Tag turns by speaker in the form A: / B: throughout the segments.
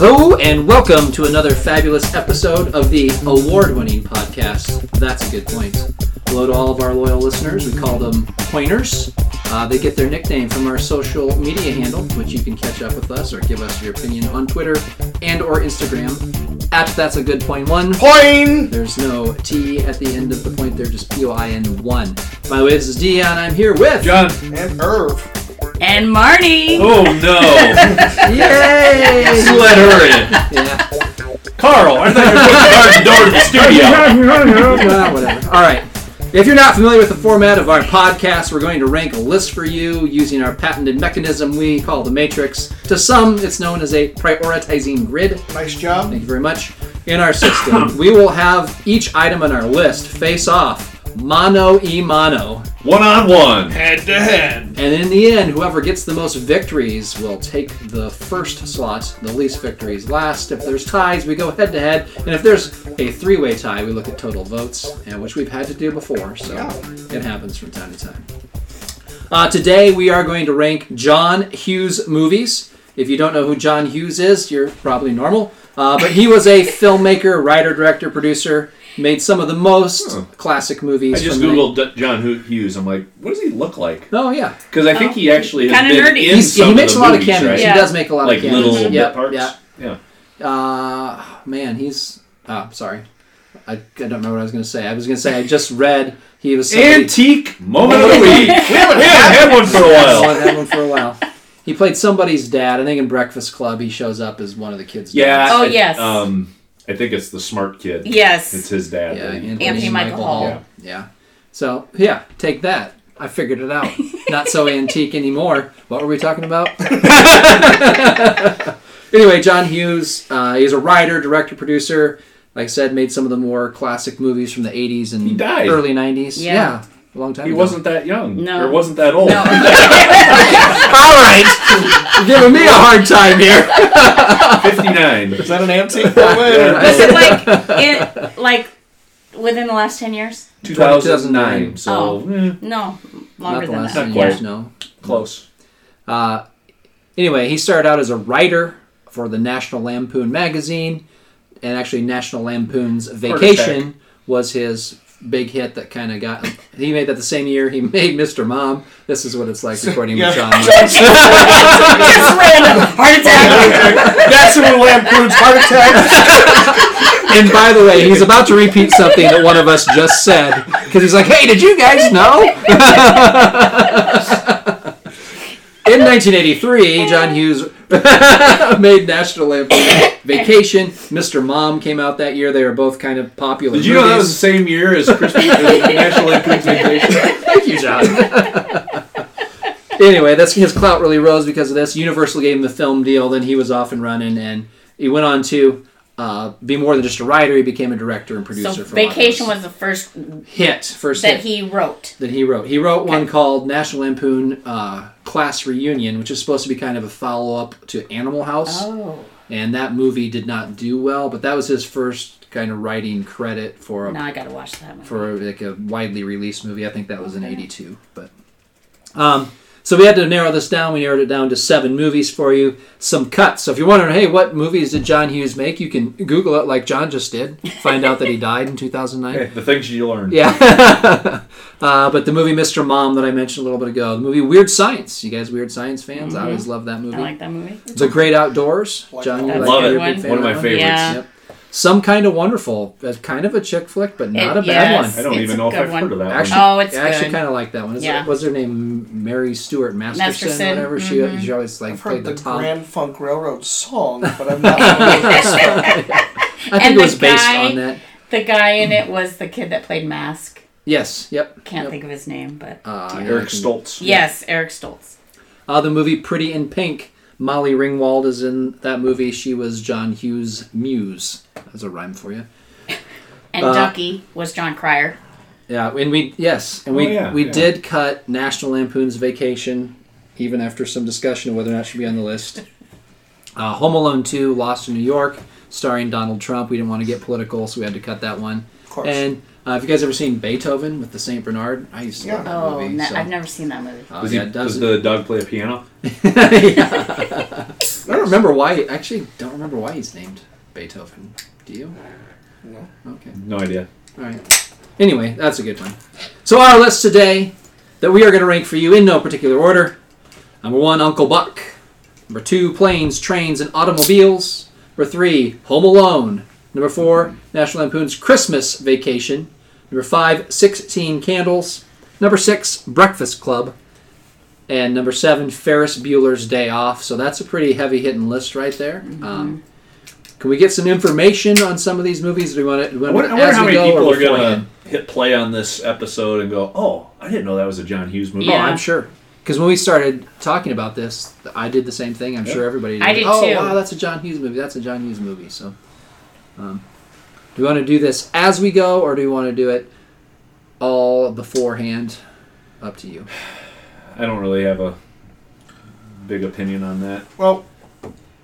A: Hello and welcome to another fabulous episode of the award-winning podcast. That's a good point. Hello to all of our loyal listeners. We call them pointers. Uh, they get their nickname from our social media handle, which you can catch up with us or give us your opinion on Twitter and or Instagram at That's a Good Point One.
B: Point!
A: There's no T at the end of the point. They're just P O I N one. By the way, this is Dion. I'm here with
C: John.
B: And Irv.
D: And Marnie.
C: Oh no.
A: Yay!
C: Just Let her in.
A: yeah.
C: Carl, I thought you were putting the car at the door to the studio.
A: Well, whatever. All right. If you're not familiar with the format of our podcast, we're going to rank a list for you using our patented mechanism we call the matrix. To some, it's known as a prioritizing grid.
B: Nice job.
A: Thank you very much. In our system, we will have each item on our list face off mano e mano.
C: One on one.
B: Head to head.
A: And in the end, whoever gets the most victories will take the first slot, the least victories last. If there's ties, we go head to head. And if there's a three way tie, we look at total votes, and which we've had to do before, so it happens from time to time. Uh, today, we are going to rank John Hughes movies. If you don't know who John Hughes is, you're probably normal. Uh, but he was a filmmaker, writer, director, producer, made some of the most classic movies.
C: I just
A: from the-
C: googled D- John Hu- Hughes. I'm like, what does he look like?
A: Oh, yeah.
C: Because I think he actually has
D: Kinda
C: been
D: nerdy.
C: in
A: He's,
C: some
A: he makes
C: of
A: a
C: the
A: lot
C: movies,
A: of cameos.
C: right?
D: Yeah.
A: He does make a lot
C: Like
A: of cameos.
C: little bit
A: Yep,
C: parts.
A: Yeah.
C: Yeah.
A: Uh, man, he's. Oh, sorry. I, I don't remember what I was going to say. I was going to say I just read he was. somebody-
C: Antique moment of the week. we haven't had one for a
A: I
C: while.
A: haven't had one for a while. He played somebody's dad. I think in Breakfast Club he shows up as one of the kids.
C: Yeah.
A: dads.
D: Oh,
C: I-
D: yes.
C: Um, I think it's the smart kid.
D: Yes.
C: It's his dad.
A: Yeah.
C: that he-
D: Anthony Michael Hall.
A: Yeah. yeah. So yeah, take that. I figured it out. Not so antique anymore. What were we talking about? anyway, John Hughes. Uh, he's a writer, director, producer. Like I said, made some of the more classic movies from the '80s and
C: died.
A: early '90s.
D: Yeah.
A: a long time.
C: He
A: ago.
C: wasn't that young.
D: No.
C: Or wasn't that old.
A: All right, You're giving me a hard time here.
C: 59.
B: Is that an antique? No way.
D: Was it like it like within the last ten years?
C: 2009. So, eh,
D: No, longer than
A: last
D: that.
A: ten
C: Not
A: years,
C: quite.
A: no.
C: close.
A: Uh, anyway, he started out as a writer for the National Lampoon magazine, and actually National Lampoon's Vacation was his big hit that kind of got. He made that the same year he made Mr. Mom. This is what it's like recording with
B: Yeah.
A: John.
D: Just random heart attack.
B: That's when Lampoon's heart attack.
A: And by the way, he's about to repeat something that one of us just said because he's like, "Hey, did you guys know?" In 1983, John Hughes made National Lampoon Vacation. Mr. Mom came out that year. They were both kind of popular.
C: Did you know that was the
A: movies.
C: same year as Christmas National Lampoon's Vacation?
A: Thank you, John. anyway, that's his clout really rose because of this. Universal gave him the film deal. Then he was off and running, and he went on to uh, be more than just a writer. He became a director and producer.
D: So
A: for a lot of
D: vacation
A: us.
D: was the first
A: hit first
D: that
A: hit
D: he wrote.
A: that he wrote. He wrote one called National Lampoon uh, Class Reunion, which is supposed to be kind of a follow up to Animal House,
D: Oh,
A: and that movie did not do well. But that was his first kind of writing credit for a
D: now I gotta watch that one.
A: for like a widely released movie. I think that was in '82. But um, so we had to narrow this down. We narrowed it down to seven movies for you, some cuts. So if you're wondering, hey, what movies did John Hughes make? You can Google it, like John just did. Find out that he died in 2009.
C: The things you learned.
A: Yeah. uh, but the movie Mr. Mom that I mentioned a little bit ago, the movie Weird Science. You guys, Weird Science fans, I always love that movie.
D: Mm-hmm. I like that movie.
A: the Great Outdoors.
B: Like
A: John, you
D: that.
A: like
C: Love
A: you're
C: it.
A: a big
D: One
A: fan
C: One of my
A: that
C: favorites.
D: Yeah.
A: Yep. Some kind of wonderful. That's kind of a chick flick, but not
D: It-
A: a bad
D: yes.
C: I
A: one.
C: don't
D: It's
C: even
D: a
C: know if
D: good
C: I've
D: one.
C: heard of that
A: Actually,
C: one.
D: Oh, it's
A: I actually
D: good.
A: kind of like that one. Is
D: Yeah.
A: it, was her name Mary Stewart Masterson,
D: Masterson, Mm-hmm.
A: or whatever? She, she always like
B: I've
A: played
B: heard
A: the,
B: the
A: top.
B: Grand Funk Railroad song, but I'm not familiar with this.
A: I think
D: And
A: it
D: the
A: was based
D: guy-
A: on that.
D: The guy in it was the kid that played Mask.
A: Yes. Yep.
D: Can't
A: yep.
D: think of his name, but
A: Uh, yeah, I
C: Eric
A: can-
C: Stoltz.
D: yes, Eric Stoltz.
A: Uh, the movie Pretty in Pink. Molly Ringwald is in that movie. She was John Hughes' muse. That's a rhyme for you.
D: And
A: Uh,
D: Ducky was John Cryer.
A: Yeah, and we yes, and we
C: Oh, yeah,
A: we
C: yeah.
A: did cut National Lampoon's Vacation, even after some discussion of whether or not it should be on the list. Uh, Home Alone Two: Lost in New York, starring Donald Trump. We didn't want to get political, so we had to cut that one.
B: course.
A: And Uh, have you guys ever seen Beethoven with the Saint Bernard? I used to
B: Yeah.
A: love that
D: Oh,
A: movie.
D: no,
A: so-
D: I've never seen that movie.
A: Uh,
C: Does,
A: yeah,
C: he,
A: it
C: does
A: does
C: the dog play a piano?
A: Yeah. I don't remember why. Actually, don't remember why he's named Beethoven. Do you?
B: No.
A: Okay.
C: No idea.
A: All right. Anyway, that's a good one. So our list today that we are going to rank for you in no particular order. Number one, Uncle Buck. Number two, Planes, Trains, and Automobiles. Number three, Home Alone. Number four, National Lampoon's Christmas Vacation. Number five, 16 Candles. Number six, Breakfast Club. And number seven, Ferris Bueller's Day Off. So that's a pretty heavy hitting list right there. Um, can we get some information on some of these movies? Do we want to?
C: I wonder, I wonder how many people are going to hit play on this episode and go, oh, I didn't know that was a John Hughes movie.
A: Oh,
D: Yeah.
A: I'm sure. Because when we started talking about this, I did the same thing. I'm sure everybody. Did.
D: I did
A: oh,
D: too.
A: wow, that's a John Hughes movie. That's a John Hughes movie. So, um, do we want to do this as we go, or do we want to do it all beforehand? Up to you.
C: I don't really have a big opinion on that.
B: Well,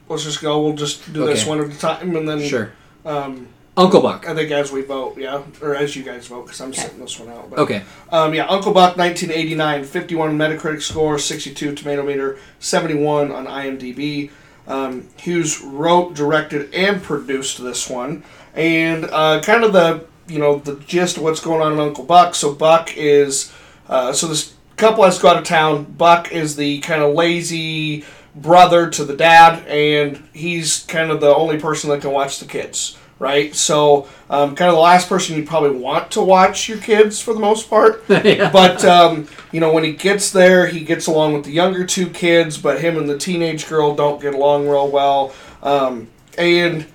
B: let's just go. We'll just do this
A: Okay.
B: one at a time, and then
A: Sure.
B: um,
A: Uncle Buck.
B: I think as we vote, yeah, or as you guys vote, because I'm sitting this one out. But,
A: Okay.
B: Um, yeah, Uncle Buck, 1989, 51 Metacritic score, 62 Tomato Meter, 71 on IMDb. Um, Hughes wrote, directed, and produced this one, and uh, kind of the you know the gist of what's going on in Uncle Buck. So Buck is uh, so this couple has to go out of town. Buck is the kind of lazy brother to the dad, and he's kind of the only person that can watch the kids, right? So um, kind of the last person you probably want to watch your kids for the most part. But um, you know when he gets there, he gets along with the younger two kids, but him and the teenage girl don't get along real well, um, and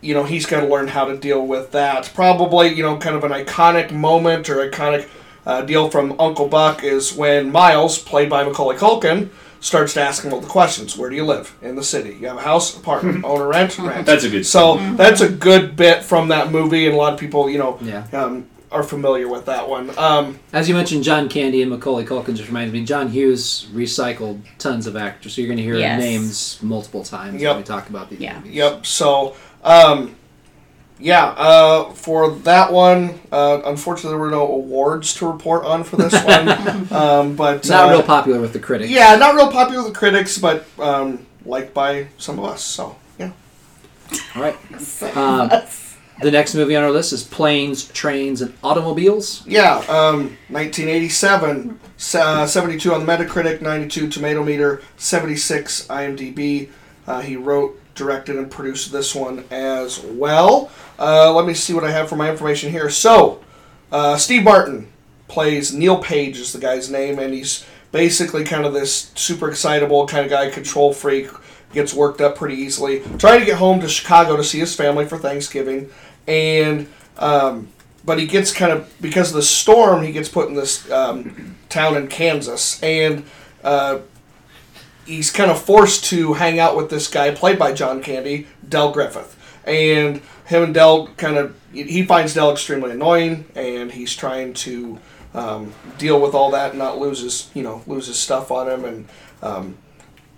B: you know he's got to learn how to deal with that. Probably you know kind of an iconic moment or iconic uh, deal from Uncle Buck is when Miles, played by Macaulay Culkin, starts to ask him all the questions. Where do you live in the city? You have a house, apartment, owner, rent, rent.
C: That's a good
B: So that's a good bit from that movie, and a lot of people you know
A: Yeah.
B: um, are familiar with that one. Um,
A: As you mentioned, John Candy and Macaulay Culkin just reminded me. John Hughes recycled tons of actors, so you're going to hear
D: Yes.
A: names multiple times
B: Yep.
A: when we talk about these
D: Yeah.
A: movies.
B: Yep. So, um, yeah, uh, for that one, uh, unfortunately, there were no awards to report on for this one. um, but
A: It's not
B: uh,
A: real popular with the critics.
B: yeah, not real popular with the critics, but um, liked by some of us. So, yeah.
A: All right. Uh, the next movie on our list is Planes, Trains, and Automobiles.
B: Yeah, um, 1987, s- uh, 72 on the Metacritic, 92 Tomato Meter, 76 IMDb. Uh, he wrote, directed, and produced this one as well. Uh, let me see what I have for my information here. So, uh, Steve Martin plays Neil Page is the guy's name, and he's basically kind of this super excitable kind of guy, control freak, gets worked up pretty easily, trying to get home to Chicago to see his family for Thanksgiving, and um, but he gets kind of because of the storm, he gets put in this um, town in Kansas, and uh, he's kind of forced to hang out with this guy played by John Candy, Del Griffith, and him and Del kind of he finds Del extremely annoying, and he's trying to um, deal with all that and not lose his you know lose his stuff on him, and um,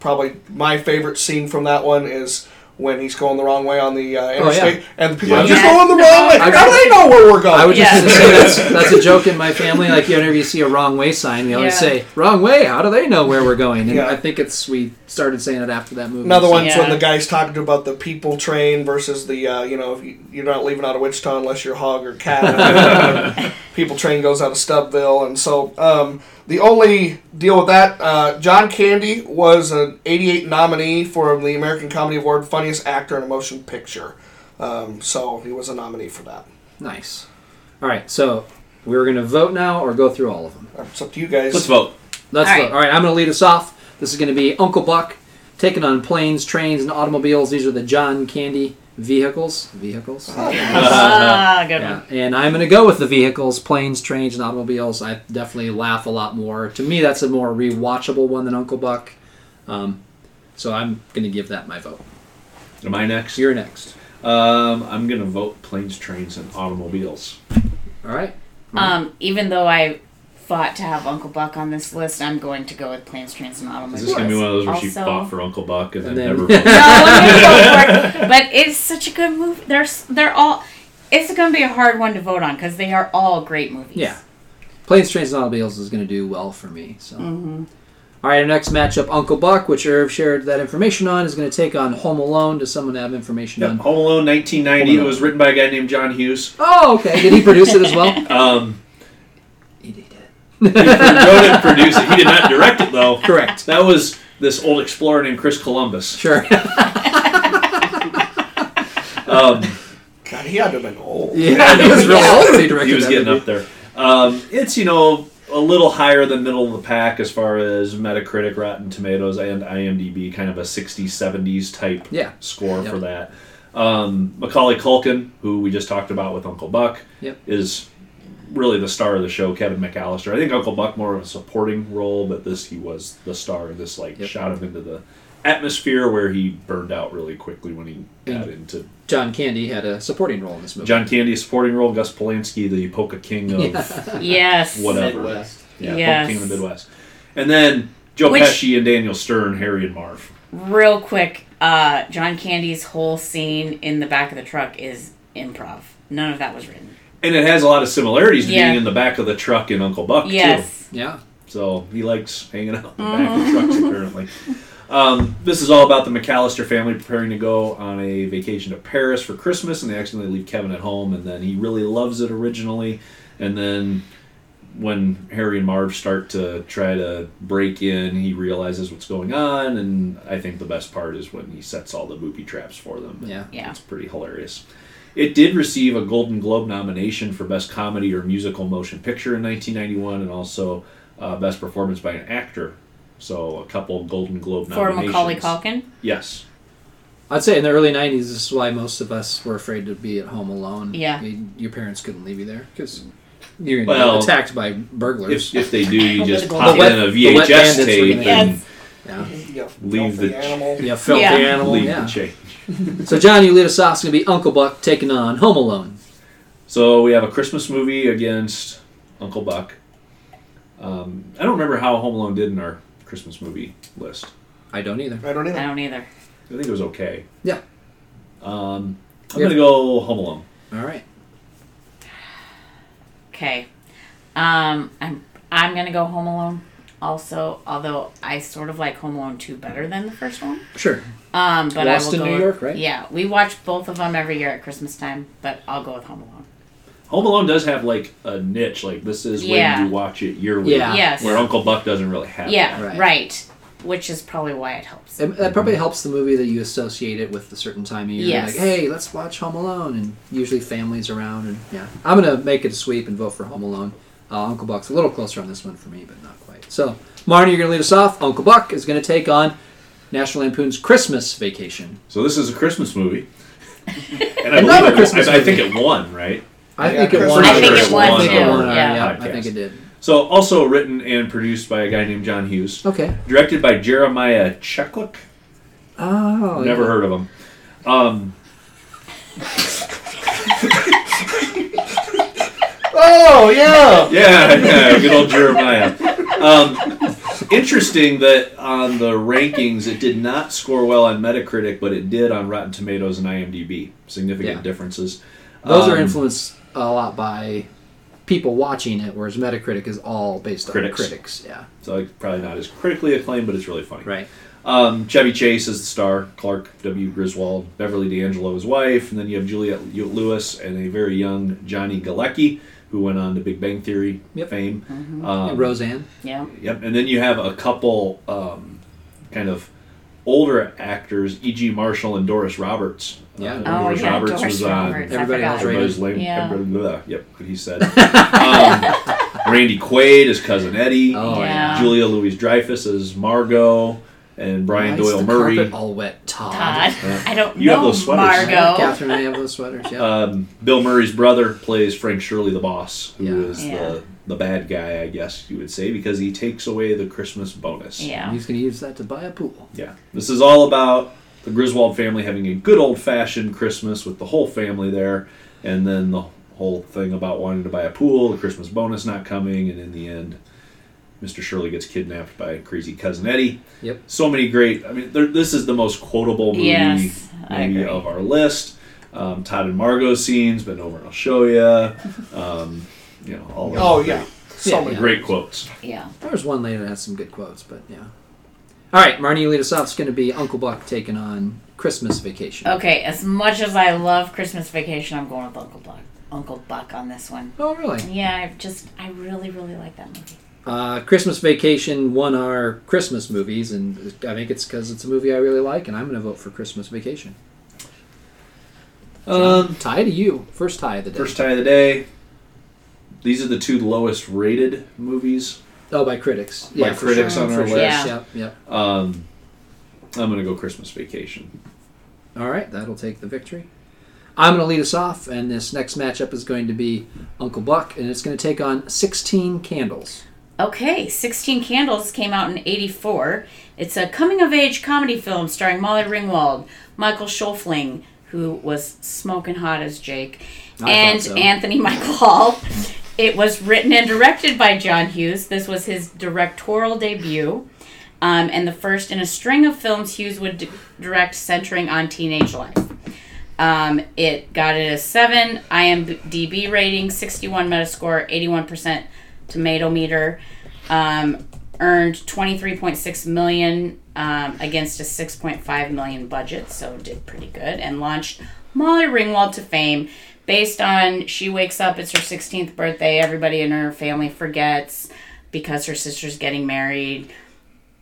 B: probably my favorite scene from that one is. When he's going the wrong way on the uh, interstate, and the people are
C: Yeah.
B: just
D: Yeah.
B: going the wrong way.
A: I-
B: How do they know where we're going?
A: I would
D: Yeah.
A: just say that's, that's a joke in my family. Like, whenever you see a wrong way sign, we always
D: Yeah.
A: say, wrong way, how do they know where we're going? And
B: Yeah.
A: I think it's, we started saying it after that movie.
B: Another
A: so-
B: one's when
D: Yeah.
B: the guy's talking to about the people train versus the uh, you know if you- you're not leaving out of Wichita unless you're hog or cat. people train goes out of Stubbville, and so um, the only deal with that, uh, John Candy was an '88 nominee for the American Comedy Award Funniest Actor in a Motion Picture, um, so he was a nominee for that.
A: Nice. All right, so we're going to vote now or go through all of them.
B: It's up to you guys.
C: Let's vote.
A: Let's
D: All
A: vote.
D: right.
A: All right, I'm going to lead us off. This is going to be Uncle Buck taking on planes, trains, and automobiles. These are the John Candy vehicles. Vehicles.
C: uh,
D: Ah, good
A: Yeah,
D: one.
A: and I'm going to go with the vehicles, planes, trains, and automobiles. I definitely laugh a lot more. To me, that's a more rewatchable one than Uncle Buck. Um, so I'm going to give that my vote.
C: Am I next?
A: You're next.
C: Um, I'm going to vote planes, trains, and automobiles.
A: All right.
D: Um, even though I fought to have Uncle Buck on this list, I'm going to go with Planes, Trains, and Automobiles.
C: Is this going to be one of those where she
D: Also-
C: fought for Uncle Buck and,
A: And
C: then,
A: then-
C: never voted?
D: No, I'm gonna go for it. But it's such a good movie. They're s- they're all. It's going to be a hard one to vote on because they are all great movies.
A: Yeah. Planes, Trains, and Automobiles is going to do well for me. So, All right, our next matchup, Uncle Buck, which Irv shared that information on, is going to take on Home Alone. Does someone have information
C: Yep,
A: on?
C: Home Alone
A: Home
C: 1990. It
A: Alone.
C: was written by a guy named John Hughes.
A: Oh, okay. Did he produce it as well?
C: Um,
A: he did.
C: he wrote it and produced it. He did not direct it though.
A: Correct.
C: That was this old explorer named Chris Columbus.
A: Sure.
C: Um,
B: God, he had to have been old.
A: yeah, he was real old when he directed
C: he was
A: that
C: getting
A: movie.
C: up there. Um, it's you know a little higher than middle of the pack as far as Metacritic, Rotten Tomatoes, and IMDb. Kind of a 60s, 70s type
A: Yeah.
C: score
A: Yep.
C: for that. Um, Macaulay Culkin, who we just talked about with Uncle Buck,
A: Yep.
C: is really the star of the show. Kevin McAllister. I think Uncle Buck more of a supporting role, but this he was the star. This like
A: Yep.
C: shot him into the atmosphere where he burned out really quickly when he got
A: Yeah.
C: into
A: John Candy had a supporting role in this movie.
C: John Candy's supporting role. Gus Polanski, the Polka King of
D: Yes.
C: whatever.
A: Midwest.
C: Yeah, Polka
D: Yes.
C: King of the Midwest. And then Joe
D: Which-
C: Pesci and Daniel Stern, Harry and Marv.
D: Real quick, uh, John Candy's whole scene in the back of the truck is improv. None of that was written.
C: And it has a lot of similarities to
D: Yeah.
C: being in the back of the truck in Uncle Buck too.
D: Yes.
A: Yeah.
C: So he likes hanging out in the back of trucks apparently. Um, this is all about the McAllister family preparing to go on a vacation to Paris for Christmas, and they accidentally leave Kevin at home, and then he really loves it originally, and then when Harry and Marv start to try to break in, he realizes what's going on, and I think the best part is when he sets all the booby traps for them.
A: Yeah.
D: Yeah.
C: It's pretty hilarious. It did receive a Golden Globe nomination for Best Comedy or Musical Motion Picture in 1991 and also uh, Best Performance by an Actor. So a couple Golden Globe
D: For
C: nominations.
D: Macaulay Culkin.
C: Yes.
A: I'd say in the early 90s, this is why most of us were afraid to be at home alone.
D: Yeah.
A: You- your parents couldn't leave you there because you're going to
C: Well,
A: get attacked by burglars.
C: If, if they do, you just
D: The
C: pop
A: wet-
C: in a
A: the wet bandits
C: VHS
A: were
C: tape
A: gonna-
C: and
A: yeah.
B: Yeah,
C: Leave
B: filthy
C: the-
B: animal.
A: Yeah, filthy
D: Yeah.
A: animal.
C: leave
A: yeah.
C: the change.
A: So John, you lead us off. It's going to be Uncle Buck taking on Home Alone.
C: So we have a Christmas movie against Uncle Buck. Um, I don't remember how Home Alone did in our Christmas movie list.
A: I don't either.
B: I don't
D: I
B: either.
D: don't either.
C: I think it was okay.
A: Yeah.
C: Um, I'm
A: Yeah.
C: gonna go Home Alone.
A: All right.
D: Okay. Um, I'm I'm gonna go Home Alone. Also, although I sort of like Home Alone two better than the first one.
A: Sure.
D: Um, but
A: Lost
D: I
A: in
D: will go
A: New
D: with-
A: York, right?
D: Yeah, we watch both of them every year at Christmas time, but I'll go with Home Alone.
C: Home Alone does have like a niche. Like this is
D: Yeah.
C: when you watch it yearly.
A: Yeah.
D: Yes.
C: Where Uncle Buck doesn't really have.
D: yeah,
C: That.
A: Right.
D: right. Which is probably why it helps.
A: And that probably helps the movie that you associate it with a certain time of year.
D: Yes.
A: Like, hey, let's watch Home Alone, and usually families around, and yeah. I'm gonna make it a sweep and vote for Home Alone. Uh, Uncle Buck's a little closer on this one for me, but not quite. So, Marnie, you're gonna lead us off. Uncle Buck is gonna take on National Lampoon's Christmas Vacation.
C: So this is a Christmas movie. and I,
A: Another
C: believe it,
A: Christmas
C: I, I think
A: movie.
C: it won, right?
A: I
B: Yeah,
A: think it won.
B: Christmas
A: our-
B: I think it won,
A: I think it
B: too,
A: won our-
D: yeah.
A: yeah, I think it did.
C: So also written and produced by a guy named John Hughes,
A: Okay.
C: directed by Jeremiah Cheklik.
A: Oh.
C: Never heard of him. Um,
B: Oh yeah.
C: yeah, yeah, good old Jeremiah. Um, interesting that on the rankings it did not score well on Metacritic, but it did on Rotten Tomatoes and IMDb. Significant
A: Yeah.
C: differences.
A: Those are
C: Um,
A: influenced a lot by people watching it, whereas Metacritic is all based on critics.
C: Critics.
A: Yeah.
C: So like, probably not as critically acclaimed, but it's really funny.
A: Right.
C: Um, Chevy Chase is the star. Clark W. Griswold, Beverly D'Angelo, his wife, and then you have Juliette Lew- Lewis and a very young Johnny Galecki, who went on to Big Bang Theory
A: Yep.
C: fame.
D: Mm-hmm.
C: Um,
A: Roseanne.
D: Yeah.
C: Yep, and then you have a couple um, kind of older actors, E.G. Marshall and Doris Roberts.
A: Yeah.
C: Uh,
D: Oh,
C: Doris
D: yeah,
C: Roberts
D: Doris
C: was on
D: Roberts, I
A: Everybody
D: forgot.
A: Else Rated.
C: Everybody's lame.
D: Yeah.
C: everybody- blah, Yep, what he said. um, Randy Quaid as cousin Eddie.
A: Oh, yeah.
D: yeah.
C: Julia Louise Dreyfus as Margot, and Brian
A: Why is
C: Doyle
A: the
C: Murray.
A: carpet all wet, Todd.
D: Todd.
C: Yeah.
D: I don't
C: You have
D: know
C: those sweaters.
D: Margo.
A: Catherine and I have those sweaters. Yeah.
C: Um, Bill Murray's brother plays Frank Shirley, the boss, who
A: Yeah.
C: is
D: Yeah.
C: the the bad guy, I guess you would say, because he takes away the Christmas bonus.
A: And
D: Yeah.
A: He's going to use that to buy a pool.
C: Yeah. This is all about the Griswold family having a good old fashioned Christmas with the whole family there, and then the whole thing about wanting to buy a pool, the Christmas bonus not coming, and in the end, Mr. Shirley gets kidnapped by crazy cousin Eddie.
A: Yep.
C: So many great. I mean, there, this is the most quotable movie
D: Yes, I
C: maybe
D: agree.
C: of our list. um, Todd and Margot scenes, but no one will show you. Um, you know, all of
B: Oh
C: the
B: yeah, so
A: Yeah,
B: many.
A: yeah.
C: great quotes.
D: Yeah.
A: There was one lady that had some good quotes, but yeah. All right, Marnie, you lead us off. It's going to be Uncle Buck taking on Christmas Vacation.
D: Okay, as much as I love Christmas Vacation, I'm going with Uncle Buck. Uncle Buck on this one.
A: Oh, really?
D: Yeah, I just I really really like that movie.
A: Uh, Christmas Vacation won our Christmas movies, and I think it's because it's a movie I really like, and I'm going to vote for Christmas Vacation.
C: Um,
A: Tie to you. First tie of the day.
C: first tie of the day. These are the two lowest rated movies.
A: Oh, by critics.
C: By
A: for
C: critics
A: sure,
C: on
A: for
C: our
A: sure.
D: list.
A: Yep, yep.
C: Um, I'm gonna go Christmas Vacation.
A: All right, that'll take the victory. I'm going to lead us off, and this next matchup is going to be Uncle Buck, and it's going to take on 16 Candles.
D: Okay, 16 Candles came out in 84. It's a coming of age comedy film starring Molly Ringwald, Michael Schofling, who was smoking hot as Jake,
A: I
D: and
A: thought so.
D: Anthony Michael Hall. It was written and directed by John Hughes. This was his directorial debut. Um, and the first in a string of films Hughes would d- direct centering on teenage life. Um, it got it a 7 IMDb rating, 61 Metascore, 81% tomato meter. Um, earned 23.6 million um, against a 6.5 million budget, so did pretty good. And launched Molly Ringwald to fame based on She Wakes Up, it's her 16th birthday, everybody in her family forgets because her sister's getting married.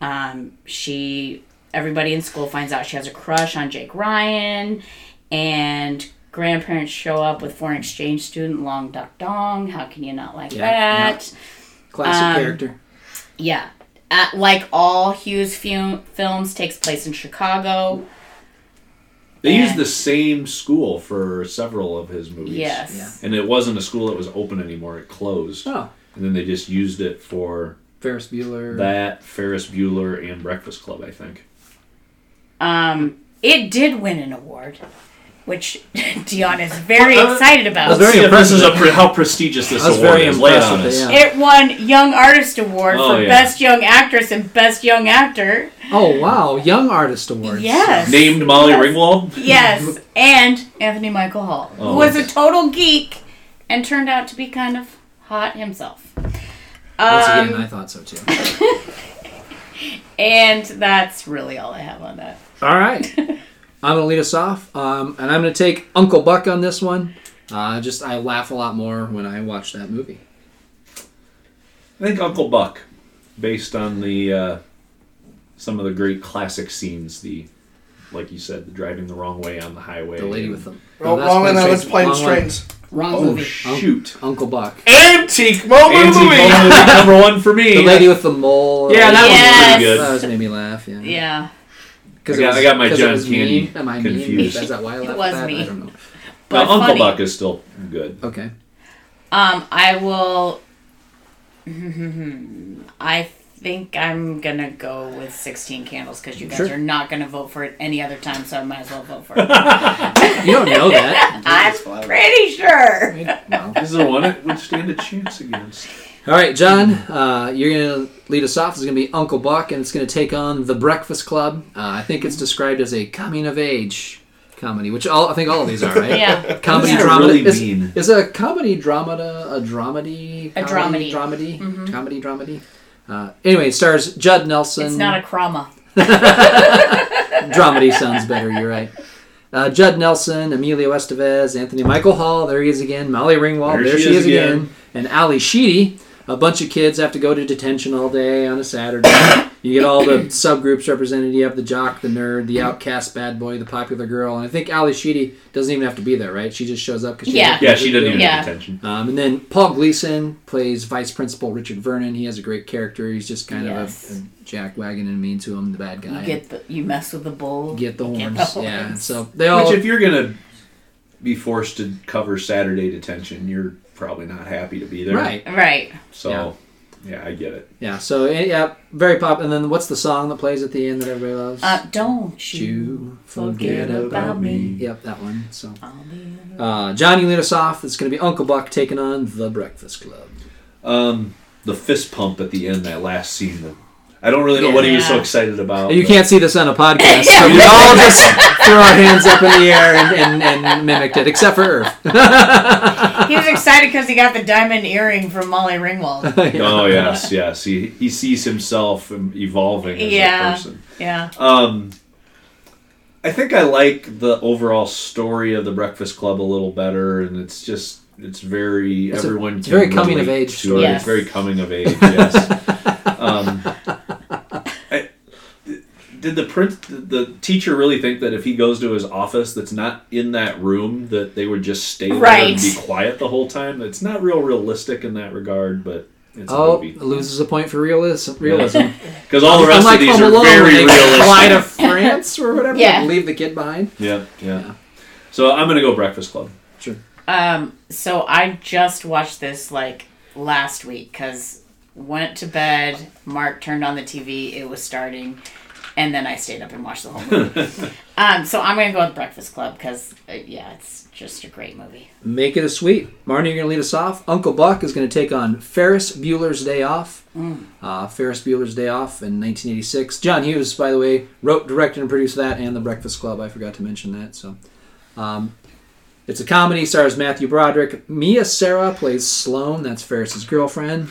D: Um, she everybody in school finds out she has a crush on Jake Ryan, and grandparents show up with foreign exchange student Long Duck Dong. How can you not like
A: yeah.
D: that?
A: Classic
D: Um,
A: character.
D: Yeah. Uh, like all Hughes fu- films, takes place in Chicago.
C: They
D: Yeah.
C: used the same school for several of his movies.
D: Yes.
C: And it wasn't a school that was open anymore; it closed.
A: Oh,
C: And then they just used it for
A: Ferris Bueller.
C: that Ferris Bueller and Breakfast Club, I think.
D: Um, it did win an award, which Dion is very
C: Uh,
D: excited about.
A: that's very-
C: Yeah, this is a
A: impressive.
C: pre- how prestigious this
A: I was
C: award
A: very
C: is. Lay it
A: impressed
C: on
A: with
C: us.
A: it, yeah.
D: It won Young Artist Award
C: Oh,
D: for
C: yeah.
D: Best Young Actress and Best Young Actor.
A: Oh, wow. Young Artist Awards.
D: Yes.
C: Named Molly
D: Yes.
C: Ringwald.
D: Yes, and Anthony Michael Hall,
C: Oh.
D: who was a total geek and turned out to be kind of hot himself.
A: Once
D: Um,
A: again, I thought so too.
D: and that's really all I have on that.
A: All right. I'm going to lead us off, um, and I'm going to take Uncle Buck on this one. Uh, just I laugh a lot more when I watch that movie.
C: I think Uncle Buck, based on the uh, some of the great classic scenes. The like you said, the driving the wrong way on the highway.
A: The lady
C: and-
A: with the
B: Oh,
A: that's
B: wrong
A: Planes,
B: and
A: Trains-
B: let's play the
A: wrong one.
B: strains.
D: Wrong
C: Oh
D: movie.
C: shoot!
A: Uncle Buck.
B: Antique mobile
C: Antique
B: movie.
C: Mobile Oh, Movie number one for me.
A: The lady with the mole.
C: Yeah, that
D: Yes.
C: was really good.
A: That was made me laugh.
C: Mm-hmm.
A: Yeah.
D: yeah,
A: Because
C: I got- I got my John Candy
A: Mean. Am I
C: confused.
A: mean? Is that why I laughed?
D: was
A: that? I
D: me.
A: don't know.
D: but
C: Now, Uncle
D: funny.
C: Buck is still good.
A: Okay.
D: Um, I will. I think I'm gonna go with 16 candles because you guys
A: Sure.
D: are not gonna vote for it any other time, so I might as well vote for it.
A: You don't know that.
D: I'm pretty sure.
A: Well.
C: This is the one it would stand a chance against.
A: All right, John, uh, you're going to lead us off. It's going to be Uncle Buck, and it's going to take on The Breakfast Club. Uh, I think it's described as a coming of age comedy, which all, I think all of these are, right?
D: Yeah.
A: comedy
C: These are
A: drama.
C: really
A: is,
C: mean.
A: is a comedy dramada a dramedy?
D: A Mm-hmm.
A: comedy, Dramedy. Comedy dramedy. Uh, anyway, it stars Judd Nelson.
D: It's not a crama.
A: dramedy sounds better. You're right. Uh, Judd Nelson, Emilio Estevez, Anthony Michael Hall. There he is again. Molly Ringwald. There, she, is again. And Ali Sheedy. A bunch of kids have to go to detention all day on a Saturday. you get all the subgroups represented. You have the jock, the nerd, the outcast bad boy, the popular girl. And I think Ali Sheedy doesn't even have to be there, right? She just shows up because she
D: Yeah.
C: Yeah, she didn't even
D: Yeah.
C: pay attention.
A: um, and then Paul Gleason plays Vice Principal Richard Vernon. He has a great character. He's just kind
D: Yes.
A: of a, a jack wagon and mean to him, the bad guy.
D: You get the you mess with the bull.
A: Get the
D: get
A: horns.
D: the
A: Yeah.
D: horns.
A: So they all.
C: Which, if you're gonna be forced to cover Saturday detention, you're probably not happy to be there.
A: right.
D: Right.
C: So, yeah, I get it.
A: Yeah. So eh, yeah, very pop. And then what's the song that plays at the end that everybody loves?
D: Uh, don't you?
A: you forget
D: forget
A: about
D: about
A: me.
D: me.
A: Yep, that one. So
D: I'll be-
A: uh, Johnny lead us off. It's going to be Uncle Buck taking on the Breakfast Club.
C: Um, the fist pump at the end, that last scene, the, I don't really know
D: Yeah.
C: what he was so
D: Yeah.
C: excited about.
A: You
C: but-
A: can't see this on a podcast, so we all just threw our hands up in the air and, and, and mimicked it, except for Irv.
D: He was excited because he got the diamond earring from Molly Ringwald.
C: Oh yes, yes. He he sees himself evolving as a
D: Yeah.
C: person.
D: Yeah.
C: Um, I think I like the overall story of the Breakfast Club a little better, and it's just it's very
A: It's a-
C: everyone.
A: it's
C: can
A: very coming of
C: relate
A: age
C: to
A: story.
C: it.
D: Yes.
C: It's very coming of age. Yes. um, I, did the prince did the teacher really think that if he goes to his office that's not in that room that they would just stay there
D: Right.
C: and be quiet the whole time? It's not real realistic in that regard, but it's a
A: Oh,
C: movie.
A: loses a point for realism. Realism.
C: Because all the rest
A: Unlike
C: of these
A: Home
C: are
A: Alone,
C: very
A: when they fly to
C: realistic.
A: France or whatever.
D: Yeah.
A: and Leave the kid behind.
C: Yeah, yeah,
A: Yeah.
C: So I'm gonna go Breakfast Club.
D: Um, so I just watched this like last week because went to bed. Mark turned on the TV. It was starting, and then I stayed up and watched the whole movie. um, so I'm gonna go with Breakfast Club because uh, yeah, it's just a great movie.
A: Make it a sweep. Marnie, you're going to lead us off. Uncle Buck is going to take on Ferris Bueller's Day Off. Uh, Ferris Bueller's Day Off in 1986. John Hughes, by the way, wrote, directed, and produced that and The Breakfast Club. I forgot to mention that. So, um, it's a comedy. Stars Matthew Broderick. Mia Sarah plays Sloane. That's Ferris's girlfriend.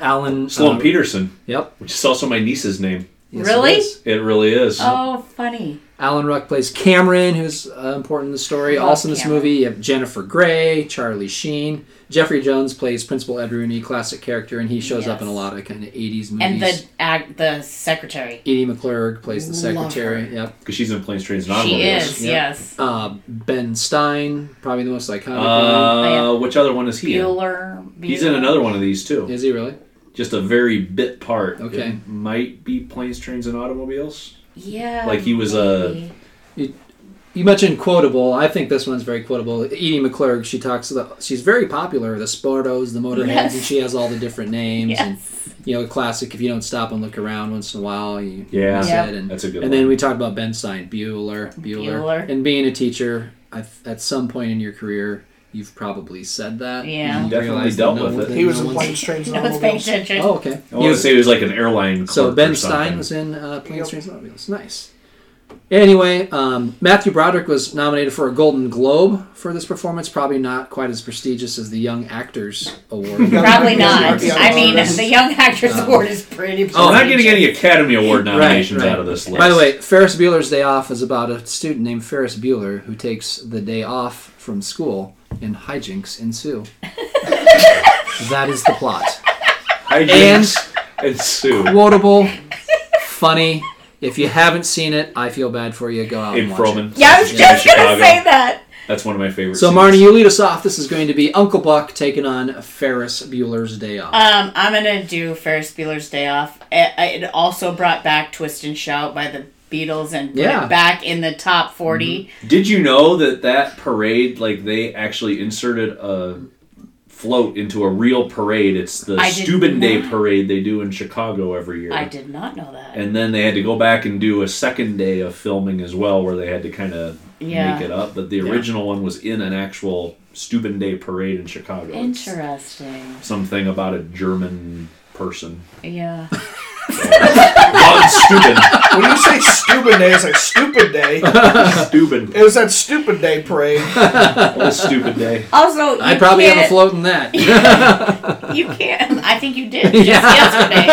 A: Alan
C: Sloan
A: uh,
C: Peterson,
A: Yep.
C: which is also my niece's name.
A: Yes, it
D: Really?
A: is.
C: It really is.
D: Oh, funny.
A: Alan Ruck plays Cameron, who's uh, important in the story.
D: Love
A: also in this
D: Cameron.
A: movie, you have Jennifer Grey, Charlie Sheen. Jeffrey Jones plays Principal Ed Rooney, classic character, and he shows up
D: Yes.
A: in a lot of kind of 80s movies.
D: And the act, the secretary.
A: Edie McClurg plays the
D: Love
A: secretary.
D: her.
A: Yep.
C: Because she's in Planes, Trains, and
D: She
C: Automobiles.
D: is.
A: yeah.
D: Yes.
A: Uh, ben Stein, probably the most iconic
C: Uh, which other one is he in?
D: Bueller, Bueller.
C: He's in another one of these too.
A: one. Is he really?
C: Just a very bit part.
A: Okay.
C: It might be Planes, Trains, and Automobiles.
D: Yeah.
C: Like, he was uh, a-
D: maybe.
A: You mentioned quotable. I think this one's very quotable. Edie McClurg, she talks about, she's very popular, the Sportos, the Motorheads,
D: Yes.
A: and she has all the different names. And
D: Yes.
A: you know, classic. If you don't stop and look around once in a while, you
C: Yeah.
A: miss
D: Yeah.
A: it. And,
C: That's a good
A: And
C: one.
A: then we talked about Ben Stein, Bueller, Bueller,
D: Bueller.
A: and being a teacher. I've, at some point in your career, you've probably said that.
D: Yeah.
A: and you
C: Definitely
A: realize
C: dealt
A: that
C: with it.
A: that
B: He was in
A: one's-
B: Planes, Trains, and
D: No one's paying
B: Automobiles.
D: attention.
A: Oh, okay.
C: I want to say he was like an airline.
A: so
C: clerk or
A: Ben
C: something.
A: Stein was in uh, Planes,
B: Yep.
A: Trains, and Automobiles. Nice. Anyway, um, Matthew Broderick was nominated for a Golden Globe for this performance. Probably not quite as prestigious as the Young Actors Award.
D: Probably not.
B: Yeah.
D: I mean,
B: Actress.
D: the Young Actress
A: Um,
D: Award is pretty.
A: Oh,
C: We're
D: prestigious.
C: Uh, not getting any Academy Award nominations
A: right.
C: out of this list.
A: By the way, Ferris Bueller's Day Off is about a student named Ferris Bueller who takes the day off from school and hijinks ensue. that is the plot.
C: hijinks and Sue
A: Quotable, funny. If you haven't seen it, I feel bad for you. Go out
C: in
A: and watch it.
C: Froman.
D: Yeah, I was
C: in
D: just gonna
C: Chicago.
D: say that.
C: That's one of my favorites.
A: So, Marnie, you lead us off. This is going to be Uncle Buck taking on Ferris Bueller's Day Off.
D: Um, I'm gonna do Ferris Bueller's Day Off. It, it also brought back "Twist and Shout" by the Beatles and put
A: Yeah. Mm-hmm.
D: it back in the top 40
C: Did you know that that parade, like they actually inserted a float into a real parade? It's the
D: I did
C: Steuben Day
D: not.
C: parade they do in Chicago every year.
D: I did not know that.
C: And then they had to go back and do a second day of filming as well, where they had to kind of
D: Yeah.
C: make it up. But the
A: Yeah.
C: original one was in an actual Steuben Day parade in Chicago. It's
D: Interesting.
C: Something about a German person.
D: Yeah.
C: Von Steuben.
B: When you say stupid day, it's like stupid day.
C: Steuben.
B: It was that stupid day parade.
C: Oh, Stupid Day.
D: Also, you
A: I probably
D: can't,
A: have a float in that.
D: You can't. I think you did just yesterday.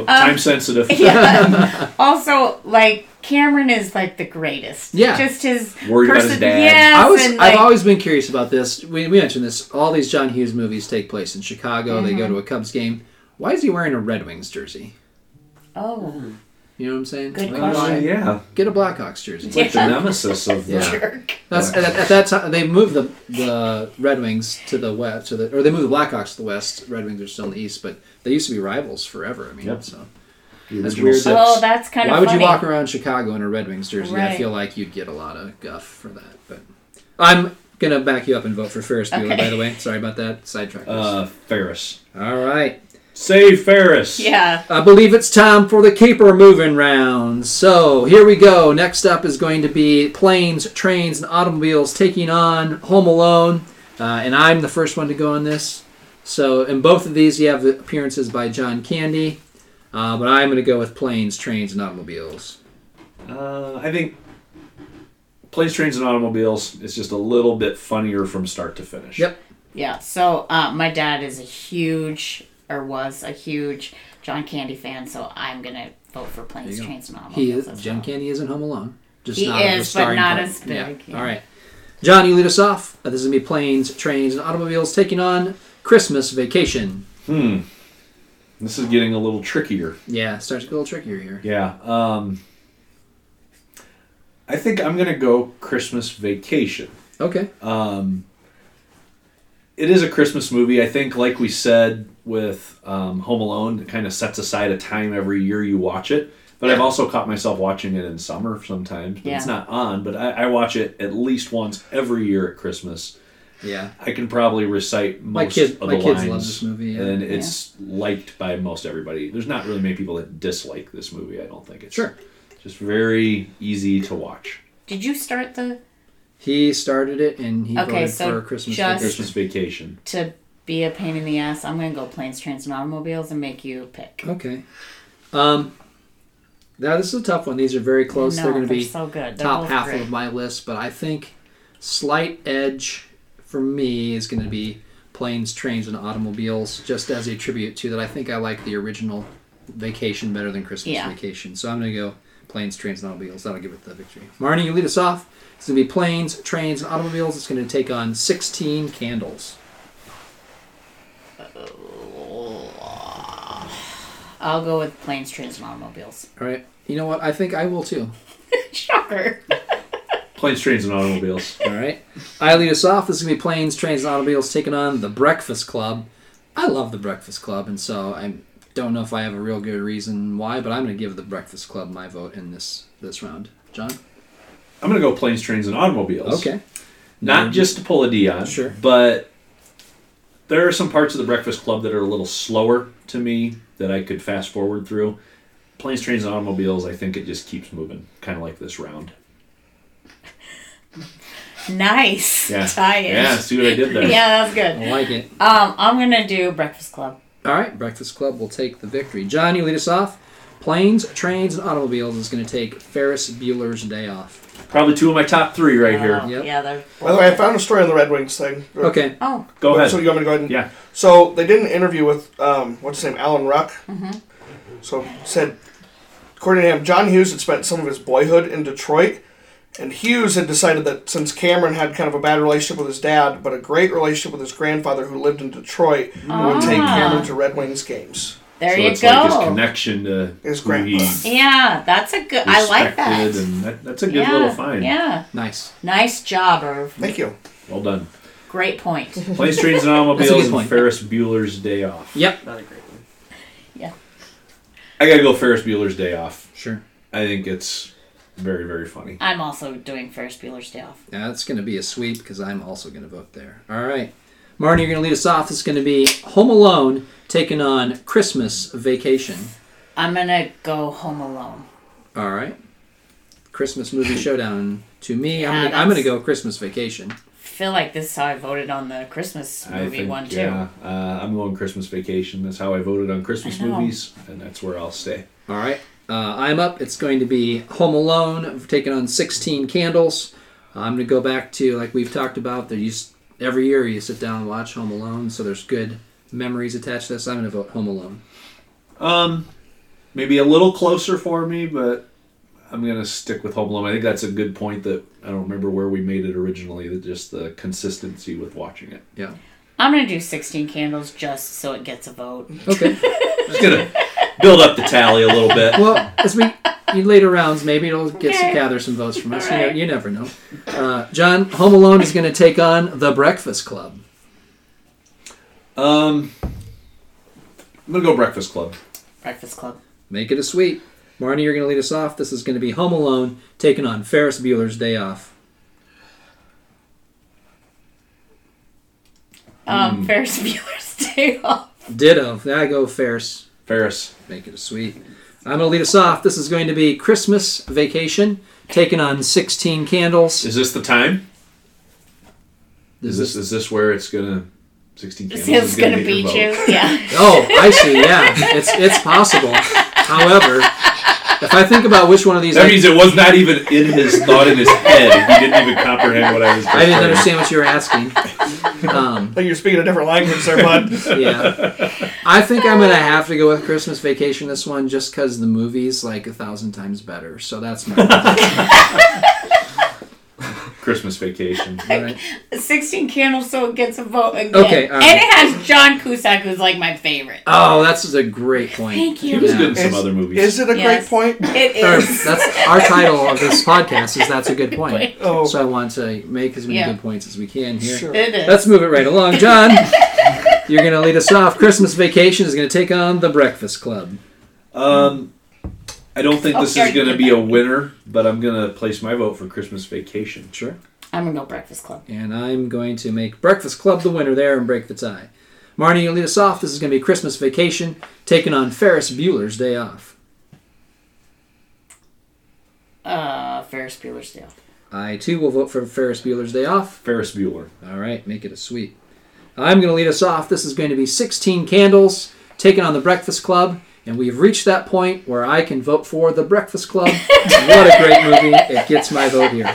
C: Oh, time sensitive.
D: Um, yeah. Also, like Cameron is like the greatest.
A: Yeah.
D: Just his
C: Worried about his
D: person-
C: dad.
D: Yes,
A: I was,
D: and,
A: I've
D: like,
A: always been curious about this. We, we mentioned this. All these John Hughes movies take place in Chicago. They
D: Mm-hmm.
A: go to a Cubs game. Why is he wearing a Red Wings jersey?
D: oh,
A: You know what I'm saying?
D: Good
A: Why-
D: question.
A: why-
C: Yeah.
A: Get a Blackhawks jersey.
D: Yeah.
C: The nemesis of the.
A: Yeah.
D: jerk.
A: That's at, at that time they moved the the Red Wings to the west, to the or they moved the Blackhawks to the west. Red Wings are still in the east, but they used to be rivals forever. I mean,
C: Yep.
A: so
C: the
A: That's
C: original
A: weird.
C: six.
D: Oh, that's kind
A: why
D: of
A: would
D: funny.
A: you walk around Chicago in a Red Wings jersey? I
D: Right.
A: feel like you'd get a lot of guff for that. But I'm gonna back you up and vote for Ferris Bueller.
D: Okay.
A: By the way, sorry about that. Sidetrack. us.
C: Uh, Ferris.
A: All right.
C: Save Ferris.
D: Yeah.
A: I believe it's time for the keeper moving round. So here we go. Next up is going to be planes, trains, and automobiles taking on Home Alone, uh, and I'm the first one to go on this. So in both of these, you have the appearances by John Candy. Uh, but I'm going to go with planes, trains, and automobiles.
C: Uh, I think planes, trains, and automobiles is just a little bit funnier from start to finish.
A: Yep.
D: Yeah. So uh, my dad is a huge, or was a huge John Candy fan. So I'm gonna vote for Planes,
A: you go.
D: Trains, and
A: He
D: Automobiles.
A: is,
D: as
A: John
D: well.
A: Candy isn't home alone. Just
D: He
A: not as a
D: is, but
A: starring
D: not
A: part.
D: as big, yeah.
A: All right. John, you lead us off. Uh, This is going to be planes, trains, and automobiles taking on Christmas vacation.
C: This is getting a little trickier.
A: Yeah, it starts to get a little trickier here.
C: Yeah. Um, I think I'm going to go Christmas Vacation.
A: Okay.
C: It is a Christmas movie. I think, like we said with um, Home Alone, it kind of sets aside a time every year you watch it. But I've also caught myself watching it in summer sometimes. But It's
D: Yeah.
C: not on, but I, I watch it at least once every year at Christmas.
A: Yeah.
C: I can probably recite most
A: My kid-
C: of the
A: my kids
C: lines,
A: love this movie, yeah.
C: and it's liked by most everybody. There's not really many people that dislike this movie. I don't think it's
A: Sure.
C: just very easy to watch.
D: Did you start the
A: He started it and he
D: Okay,
A: voted
D: so
A: for Christmas
D: just-
A: vacation.
C: Christmas Vacation.
D: to be a pain in the ass? I'm gonna go Planes, Trains, and Automobiles and make you pick.
A: Okay. Um, now, this is a tough one. These are very close.
D: No,
A: they're going to be
D: so good. They're
A: top
D: both
A: half
D: great.
A: of my list, but I think slight edge for me is going to be planes, trains, and automobiles, just as a tribute to that. I think I like the original Vacation better than Christmas
D: Yeah.
A: Vacation, so I'm going to go planes, trains, and automobiles. That'll give it the victory. Marnie, you lead us off. It's going to be planes, trains, and automobiles. It's going to take on 16 candles.
D: I'll go with Planes, Trains, and Automobiles.
A: All right. You know what? I think I will too.
D: Shocker.
C: Planes, trains, and automobiles.
A: All right. I lead us off. This is going to be planes, trains, and automobiles taking on The Breakfast Club. I love The Breakfast Club, and so I don't know if I have a real good reason why, but I'm going to give The Breakfast Club my vote in this this round. John?
C: I'm gonna go planes, trains, and automobiles.
A: Okay.
C: Not just to pull a Dion,
A: Sure.
C: but there are some parts of the Breakfast Club that are a little slower to me that I could fast forward through. Planes, trains, and automobiles. I think it just keeps moving, kind of like this round.
D: nice.
C: Yeah.
D: Tie in.
C: Yeah. See what I did there.
D: yeah, that's good.
A: I like it.
D: Um, I'm gonna do Breakfast Club.
A: All right. Breakfast Club will take the victory. John, you lead us off. Planes, trains, and automobiles is going to take Ferris Bueller's Day Off.
C: Probably two of my top three right
D: Oh,
C: here.
A: Yep.
D: Yeah, they're.
B: By the way, I found a story on the Red Wings thing.
A: Okay.
D: Oh,
C: Go ahead.
B: So you want me to go ahead and
C: Yeah.
B: So they did an interview with um, what's his name, Alan Ruck. Mm-hmm. So said, according to him, John Hughes had spent some of his boyhood in Detroit, and Hughes had decided that since Cameron had kind of a bad relationship with his dad, but a great relationship with his grandfather who lived in Detroit, and would take
D: Ah.
B: Cameron to Red Wings games.
D: there
C: so
D: you
C: it's
D: go.
C: like his connection to
B: His
C: who he
B: grandpa.
D: yeah, that's a good. I like that.
C: respected, And that, that's a good
D: yeah,
C: little find.
D: Yeah,
A: Nice.
D: nice job, Irv.
B: Thank you.
C: Well done.
D: Great point.
C: Planes, trains, and
A: That's a
C: automobiles
A: good
C: and
A: point.
C: Ferris Bueller's Day Off.
A: Yep.
E: Not a great one.
C: I gotta go Ferris Bueller's Day Off.
A: Sure.
C: I think it's very, very funny.
D: I'm also doing Ferris Bueller's Day Off.
A: Now that's going to be a sweep because I'm also going to vote there. All right. Martin, you're going to lead us off. It's going to be Home Alone taking on Christmas Vacation.
D: I'm gonna go Home Alone.
A: All right. Christmas movie showdown to me.
D: Yeah,
A: I'm, gonna, I'm going to
D: that's-
A: go Christmas Vacation.
D: Feel like this is how I voted on the Christmas
C: I
D: movie
C: think,
D: one too.
C: yeah. Uh, I'm going Christmas Vacation. That's how I voted on Christmas
D: I know.
C: movies, and that's where I'll stay.
A: All right. Uh, I'm up. It's going to be Home Alone taking on 16 Candles. I'm going to go back to like we've talked about. There used every year you sit down and watch Home Alone, so there's good memories attached to this. I'm going to vote Home Alone.
C: Um, maybe a little closer for me, but I'm gonna stick with Home Alone. I think that's a good point that I don't remember where we made it originally. That just the consistency with watching it.
A: Yeah.
D: I'm gonna do 16 Candles just so it gets a vote.
A: Okay.
C: Just gonna build up the tally a little bit.
A: well, as we in later rounds, maybe it'll get some
D: Okay.
A: gather some votes from us.
D: Alright.
A: You, know, you never know. Uh, John, Home Alone is going to take on The Breakfast Club.
C: Um, I'm gonna go Breakfast Club.
D: Breakfast Club.
A: Make it a sweep. Marnie, you're going to lead us off. This is going to be Home Alone taking on Ferris Bueller's Day Off.
C: Hmm.
D: Um, Ferris Bueller's Day Off.
A: Ditto. There I go, Ferris.
C: Ferris.
A: Make it a sweep. I'm going to lead us off. This is going to be Christmas Vacation taking on 16 Candles.
C: Is this the time? Is
A: This
C: this is this where it's gonna 16 candles
D: It's
C: is
D: gonna
C: make your
D: beat
C: vote.
D: you. Yeah.
A: Oh, I see. Yeah, it's it's possible. However, if I think about which one of these,
C: That
A: I,
C: means it was not even in his thought in his head. He didn't even comprehend what I was.
A: I didn't
C: saying.
A: understand what you were asking. Um,
B: Like you're speaking a different language there, bud.
A: yeah, I think I'm gonna have to go with Christmas Vacation this one just because the movie's like a thousand times better. So that's my
C: Christmas vacation.
A: all right.
D: 16 Candles, so it gets a vote again.
A: Okay,
C: um,
A: all
D: and
A: right.
D: it has John Cusack, who's like my favorite.
A: Oh, that's a great point.
D: Thank
C: He
D: you.
C: was good in some
B: Is-
C: other movies.
B: Is it a
D: Yes.
B: great point?
D: It
A: Or,
D: is.
A: that's our title of this podcast. Is that's a good point.
B: Oh,
A: So I want to make as many
D: Yeah.
A: good points as we can here.
B: sure.
D: It is.
A: Let's move it right along, John. You're gonna lead us off. Christmas Vacation is gonna take on The Breakfast Club.
C: Um, I don't think
D: Oh,
C: this
D: sorry.
C: is going to be a winner, but I'm going to place my vote for Christmas Vacation.
A: Sure.
D: I'm going to go Breakfast Club.
A: And I'm going to make Breakfast Club the winner there and break the tie. Marnie, you lead us off. This is gonna be Christmas Vacation taking on Ferris Bueller's Day Off.
D: Uh, Ferris Bueller's Day Off.
A: I too will vote for Ferris Bueller's Day Off.
C: Ferris Bueller.
A: All right, make it a sweep. I'm going to lead us off. This is going to be 16 candles taken on the Breakfast Club, and we've reached that point where I can vote for the Breakfast Club. what a great movie! It gets my vote here.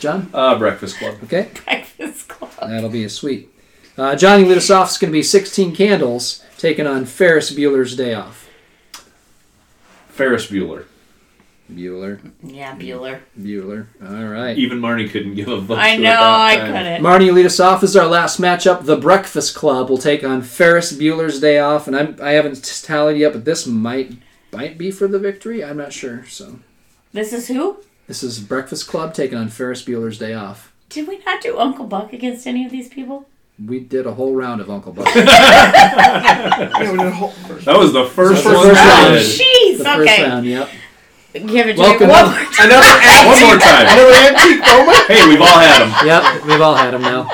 A: John,
C: Uh, Breakfast Club.
A: okay,
D: Breakfast Club.
A: that'll be a sweep. Uh, Johnny lead us off. It's going to be 16 candles taken on Ferris Bueller's Day Off.
C: Ferris Bueller.
A: Bueller,
D: Yeah, Bueller.
A: Bueller. All right.
C: Even Marnie couldn't give a vote.
D: I
C: to it
D: know,
C: Oh, that
D: I
C: time.
D: couldn't.
A: Marnie, you lead us off. This is our last matchup. The Breakfast Club will take on Ferris Bueller's Day Off, and I'm I haven't tallied yet, but this might might be for the victory. I'm not sure. So
D: This is who?
A: this is Breakfast Club taking on Ferris Bueller's Day Off.
D: Did we not do Uncle Buck against any of these people?
A: We did a whole round of Uncle Buck. the
B: Yeah, we did a whole-
C: That was the first
A: That was
C: one.
A: the first round.
C: we
D: Oh,
C: did.
D: jeez.
A: first
D: Okay.
A: round. Yep.
D: Give it to
A: Welcome
D: me one
A: to-
D: more time.
B: Another
C: One more
B: antique,
C: time.
B: another antique moment.
C: Hey, we've all had them.
A: Yep. We've all had them now.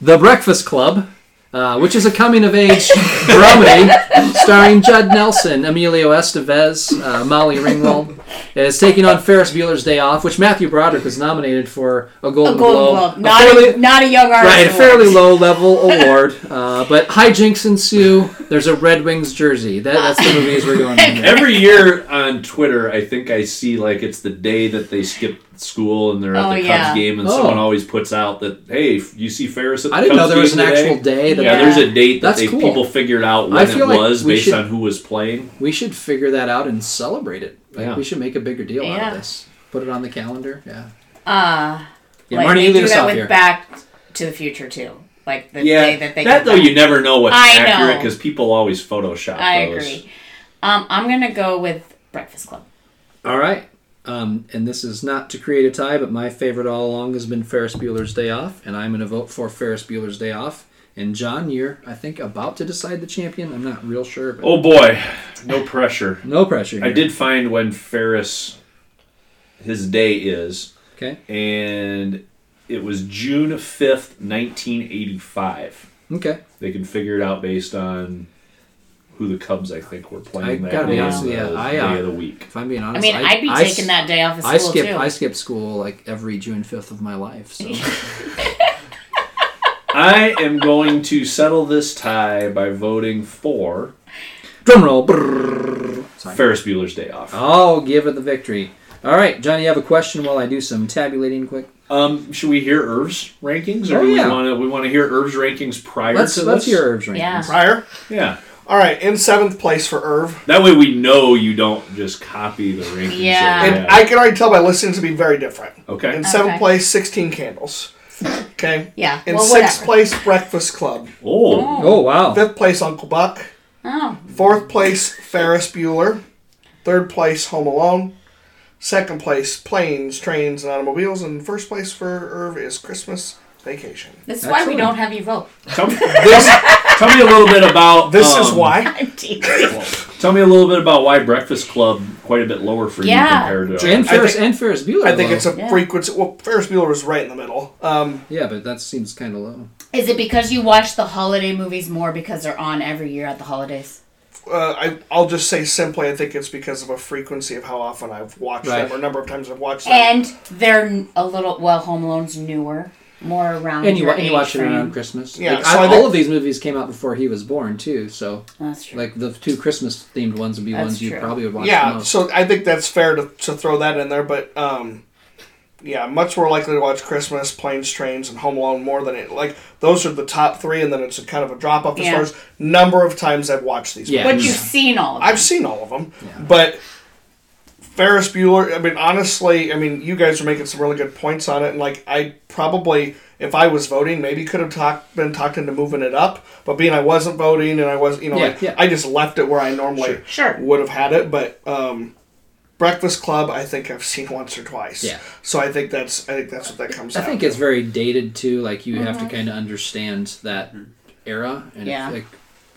A: The Breakfast Club. Uh, which is a coming of age dramedy starring Judd Nelson, Emilio Estevez, uh, Molly Ringwald. It's taking on Ferris Bueller's Day Off, which Matthew Broderick was nominated for a Golden,
D: A Golden
A: Globe.
D: Globe.
A: A
D: Not,
A: fairly-
D: a, not a young artist.
A: Right, a
D: award.
A: fairly low level award, uh, but hijinks ensue. There's a Red Wings jersey. That, that's the movies we're going on. Here.
C: Every year on Twitter, I think I see like it's the day that they skip school and they're at
D: Oh,
C: the Cubs
D: yeah.
C: game, and
A: Oh.
C: someone always puts out that hey, if you see Ferris at the
A: I didn't know
C: Cubs
A: there was an
C: game today,
A: actual day that
C: Yeah, there's a date that
A: That's
C: they
A: cool.
C: people figured out
A: I
C: when it
A: feel like
C: was
A: we
C: based
A: should-
C: on who was playing.
A: we should figure that out and celebrate it. Like
C: Yeah.
A: we should make a bigger deal out
D: Yeah.
A: of this. Put it on the calendar. Yeah.
D: Uh,
A: Yeah,
D: like
A: Marnie,
D: they
A: you lead
D: do
A: us
D: that
A: off
D: with
A: here.
D: Back to the Future too. Like the
C: yeah,
D: day that they come
C: though
D: back.
C: you never know what's
D: I
C: accurate
D: know.
C: because people always Photoshop.
D: I
C: those.
D: agree. Um, I'm gonna go with Breakfast Club.
A: All right. Um, and this is not to create a tie, but my favorite all along has been Ferris Bueller's Day Off, and I'm going to vote for Ferris Bueller's Day Off. And John, you're, I think, about to decide the champion. I'm not real sure, but
C: Oh boy, no pressure.
A: no pressure.
C: I
A: here.
C: did find when Ferris his day is,
A: Okay.
C: and it was June fifth, nineteen eighty five.
A: Okay.
C: They can figure it out based on who the Cubs I think were playing
A: I
C: that
A: gotta
C: day,
A: be
C: on
A: honest with
C: the
A: you, I,
C: day
A: uh,
C: of the week.
A: If I'm being
D: I
A: honest,
D: mean, I, would be
A: I
D: taking
A: s-
D: that day off of school
A: I skip
D: too.
A: I skip school like every June 5th of my life. So
C: I am going to settle this tie by voting for
A: drum roll. brrrr. Sorry.
C: Ferris Bueller's Day Off.
A: I'll give it the victory. All right, Johnny, you have a question while I do some tabulating quick.
C: Um, should we hear Irv's rankings, or
A: Oh,
C: do we
A: yeah.
C: want to we want to hear Irv's rankings prior
A: Let's
C: to
A: let's
C: this?
A: hear Irv's rankings.
D: Yeah.
B: Prior.
C: Yeah,
B: All right, in seventh place for Irv,
C: that way we know you don't just copy the rankings. that we
D: Yeah.
B: and
C: have.
B: I can already tell by listening to be very different.
C: okay.
B: In seventh
D: Oh, Okay.
B: place, sixteen candles. Okay.
D: Yeah,
B: In
D: well,
B: sixth
D: whatever.
B: place, Breakfast Club.
C: Oh,
A: Oh wow.
B: Fifth place, Uncle Buck.
D: Oh,
B: Fourth place, Ferris Bueller. Third place, Home Alone. Second place, Planes, Trains, and Automobiles. And first place for Irv is Christmas Vacation.
D: this is why we
A: Excellent.
D: don't have you vote.
C: tell, me- tell me a little bit about
B: This is
C: um,
B: why.
C: Tell me a little bit about why Breakfast Club quite a bit lower for
D: Yeah.
C: you compared to.
A: And Ferris
B: think-
A: and Ferris Bueller.
B: I think
A: low.
B: it's a
D: Yeah.
B: frequency. Well, Ferris Bueller was right in the middle. Um,
A: yeah, but that seems kind of low.
D: Is it because you watch the holiday movies more because they're on every year at the holidays?
B: uh, I, I'll just say simply, I think it's because of a frequency of how often I've watched
A: Right.
B: them or number of times I've watched them.
D: And they're n- a little well. Home Alone's newer. more around
A: And you,
D: your
A: and you
D: age
A: watch it
D: frame.
A: around Christmas.
B: Yeah,
A: Like,
B: so
A: I-
B: I
A: all
B: think-
A: of these movies came out before he was born too. So
D: That's true.
A: like the two Christmas themed ones would be
D: That's
A: ones you
D: true.
A: probably would watch the
B: yeah,
A: most.
B: so I think that's fair to, to throw that in there, but um, yeah, much more likely to watch Christmas, Planes, Trains, and Home Alone more than it. Like those are the top three, and then it's a kind of a drop off as
D: Yeah.
B: far as number of times I've watched these.
A: Yeah.
D: but
A: Mm.
D: you've seen all of it.
B: I've seen all of them, but Ferris Bueller. I mean, honestly, I mean, you guys are making some really good points on it, and like, I probably, if I was voting, maybe could have talked been talked into moving it up. But being I wasn't voting, and I was, you know,
A: Yeah,
B: like,
A: yeah.
B: I just left it where I normally
D: Sure. Sure.
B: would have had it. But um, Breakfast Club, I think I've seen once or twice.
A: Yeah.
B: So I think that's I think that's what that comes.
A: I
B: out
A: think
B: to.
A: it's very dated too. Like you have to kind of understand that era. And
D: Mm-hmm. Yeah.
A: Like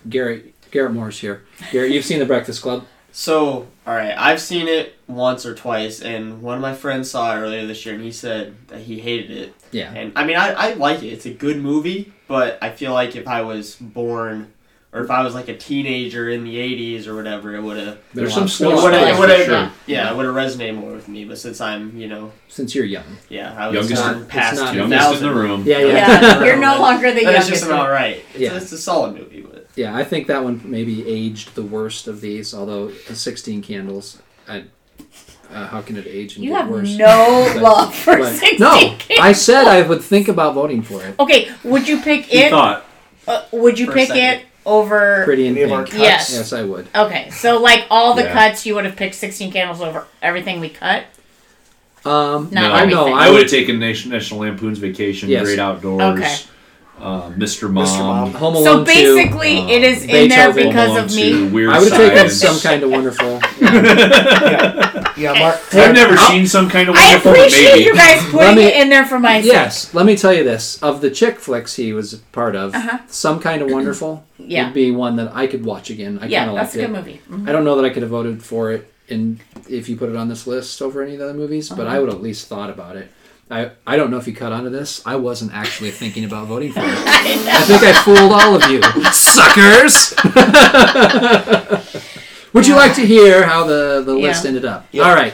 A: Garrett Garrett Moore's here. Garrett, you've seen The Breakfast Club.
E: So, all right, I've seen it once or twice, and one of my friends saw it earlier this year, and he said that he hated it.
A: Yeah.
E: And I mean, I, I like it. It's a good movie, but I feel like if I was born, or if I was like a teenager in the '80s or whatever, it would have.
A: There's some
C: Well, It
E: It
A: slow
E: would
A: spots
E: have.
D: for
E: It would have.
D: sure.
E: Yeah, it would have resonated more with me. But since I'm, you know,
A: since you're young.
E: yeah, I was
C: Youngest-
E: not past
A: it's not-
E: two
C: Youngest in the
E: thousand.
C: room.
A: Yeah, yeah.
D: Yeah, you're no
E: But
D: longer the
E: That is
D: youngest.
E: just about right. It's,
A: Yeah.
E: it's a solid movie, but
A: Yeah, I think that one maybe aged the worst of these. Although the 16 Candles, I, uh, how can it age and
D: you
A: get
D: have
A: worse?
D: no
A: But-
D: love for
A: but-
D: 16
A: No, I said I would think about voting for it.
D: Okay, would you pick
C: He
D: it?
C: thought
D: Uh, would you
E: For a
D: pick
E: second.
D: it over?
A: Pretty in
B: Any of our
A: Pink.
B: cuts.
D: Yes.
A: Yes, I would.
D: Okay, so like all the
C: Yeah.
D: cuts, you would have picked 16 candles over everything we cut.
A: Um,
D: Not
A: I know.
D: everything.
A: I
C: I would
A: would.
C: have taken Nation, National Lampoon's Vacation,
A: Yes.
C: Great Outdoors,
D: Okay.
C: uh, Mr. Mom.
B: Mr. Mom.
A: Home Alone
D: So
A: 2,
D: basically,
C: um,
D: it is in there
A: Beethoven,
D: because
C: Home
D: of
C: Alone
D: me.
C: 2, Weird
A: I would have taken
C: Science.
A: some kind of wonderful.
B: yeah, Mark.
C: I've never seen some kind of
D: I
C: wonderful
D: appreciate
C: baby.
D: you guys putting
A: me-
D: it in there for my sake.
A: yes, let me tell you this: of the chick flicks he was a part of, some kind of wonderful
D: Uh-huh. Yeah.
A: would be one that I could watch again. I kind
D: Yeah,
A: of liked
D: that's a
A: it.
D: good movie. Mm-hmm.
A: I don't know that I could have voted for it in if you put it on this list over any of the other movies, but I would at least thought about it. I, I don't know if you caught onto this. I wasn't actually thinking about voting for it. I think I fooled all of you, suckers. Would you like to hear how the, the
D: Yeah.
A: list ended up?
B: Yeah.
A: All right.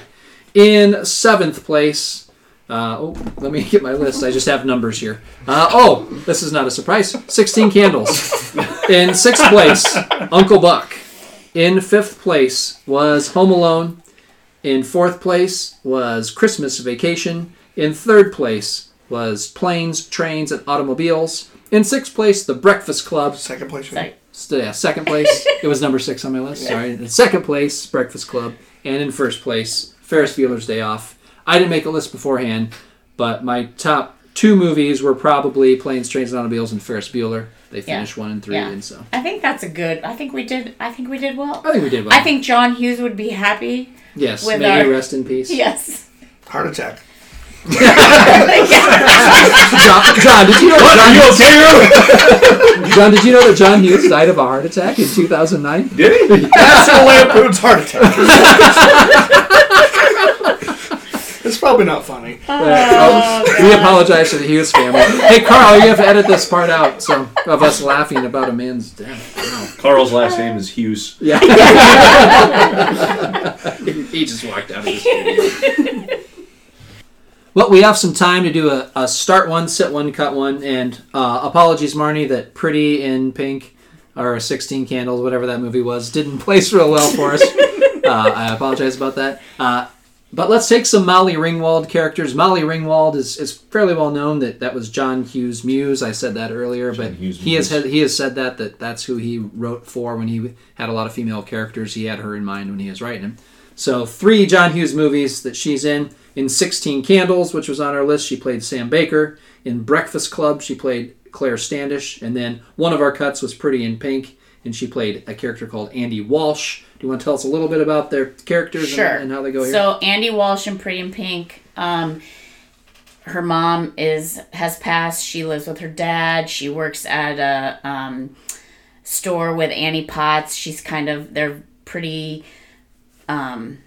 A: In seventh place, uh, oh, let me get my list. I just have numbers here. Uh, oh, this is not a surprise. 16 candles. In sixth place, Uncle Buck. In fifth place was Home Alone. In fourth place was Christmas Vacation. In third place was Planes, Trains, and Automobiles. In sixth place, The Breakfast Club.
B: Second place. for me.
D: Sorry.
A: S- yeah, second place, it was number six on my list. Sorry. In second place, Breakfast Club. And in first place, Ferris Bueller's Day Off. I didn't make a list beforehand, but my top two movies were probably Planes, Trains, and Automobiles and Ferris Bueller. They
D: Yeah.
A: finished one and three,
D: Yeah.
A: and so.
D: I think that's a good. I think we did. I think we did well.
A: I think we did well.
D: I think John Hughes would be happy.
A: Yes,
D: with
A: may
D: our-
A: you rest in peace.
D: Yes.
B: Heart attack.
A: John, John, did you know
C: What? Are
A: John,
C: you okay, Ru?
A: John, did you know that John Hughes died of a heart attack in 2009?
C: Did he?
B: That's a lampoon's heart attack. it's probably not funny.
D: Oh,
A: Uh, we apologize to the Hughes family. Hey, Carl, you have to edit this part out so, of us laughing about a man's death. Wow.
C: Carl's last name is Hughes.
A: Yeah. he just walked out of this studio. Well, we have some time to do a, a start one, sit one, cut one, and uh, apologies, Marnie, that Pretty in Pink or 16 Candles, whatever that movie was, didn't place real well for us. uh, I apologize about that. Uh, but let's take some Molly Ringwald characters. Molly Ringwald is, is fairly well known that that was John Hughes' muse. I said that earlier, but
C: John Hughes'
A: he has
C: muse.
A: had, he has said that that that's who he wrote for when he had a lot of female characters. He had her in mind when he was writing them. So three John Hughes movies that she's in. In Sixteen Candles, which was on our list, she played Sam Baker. In Breakfast Club, she played Claire Standish, and then one of our cuts was Pretty in Pink, and she played a character called Andy Walsh. Do you want to tell us a little bit about their characters and-
D: Sure.
A: and, how they go here?
D: So Andy Walsh and Pretty in Pink. Um, her mom is has passed. She lives with her dad. She works at a um, store with Annie Potts. She's kind of they're pretty um,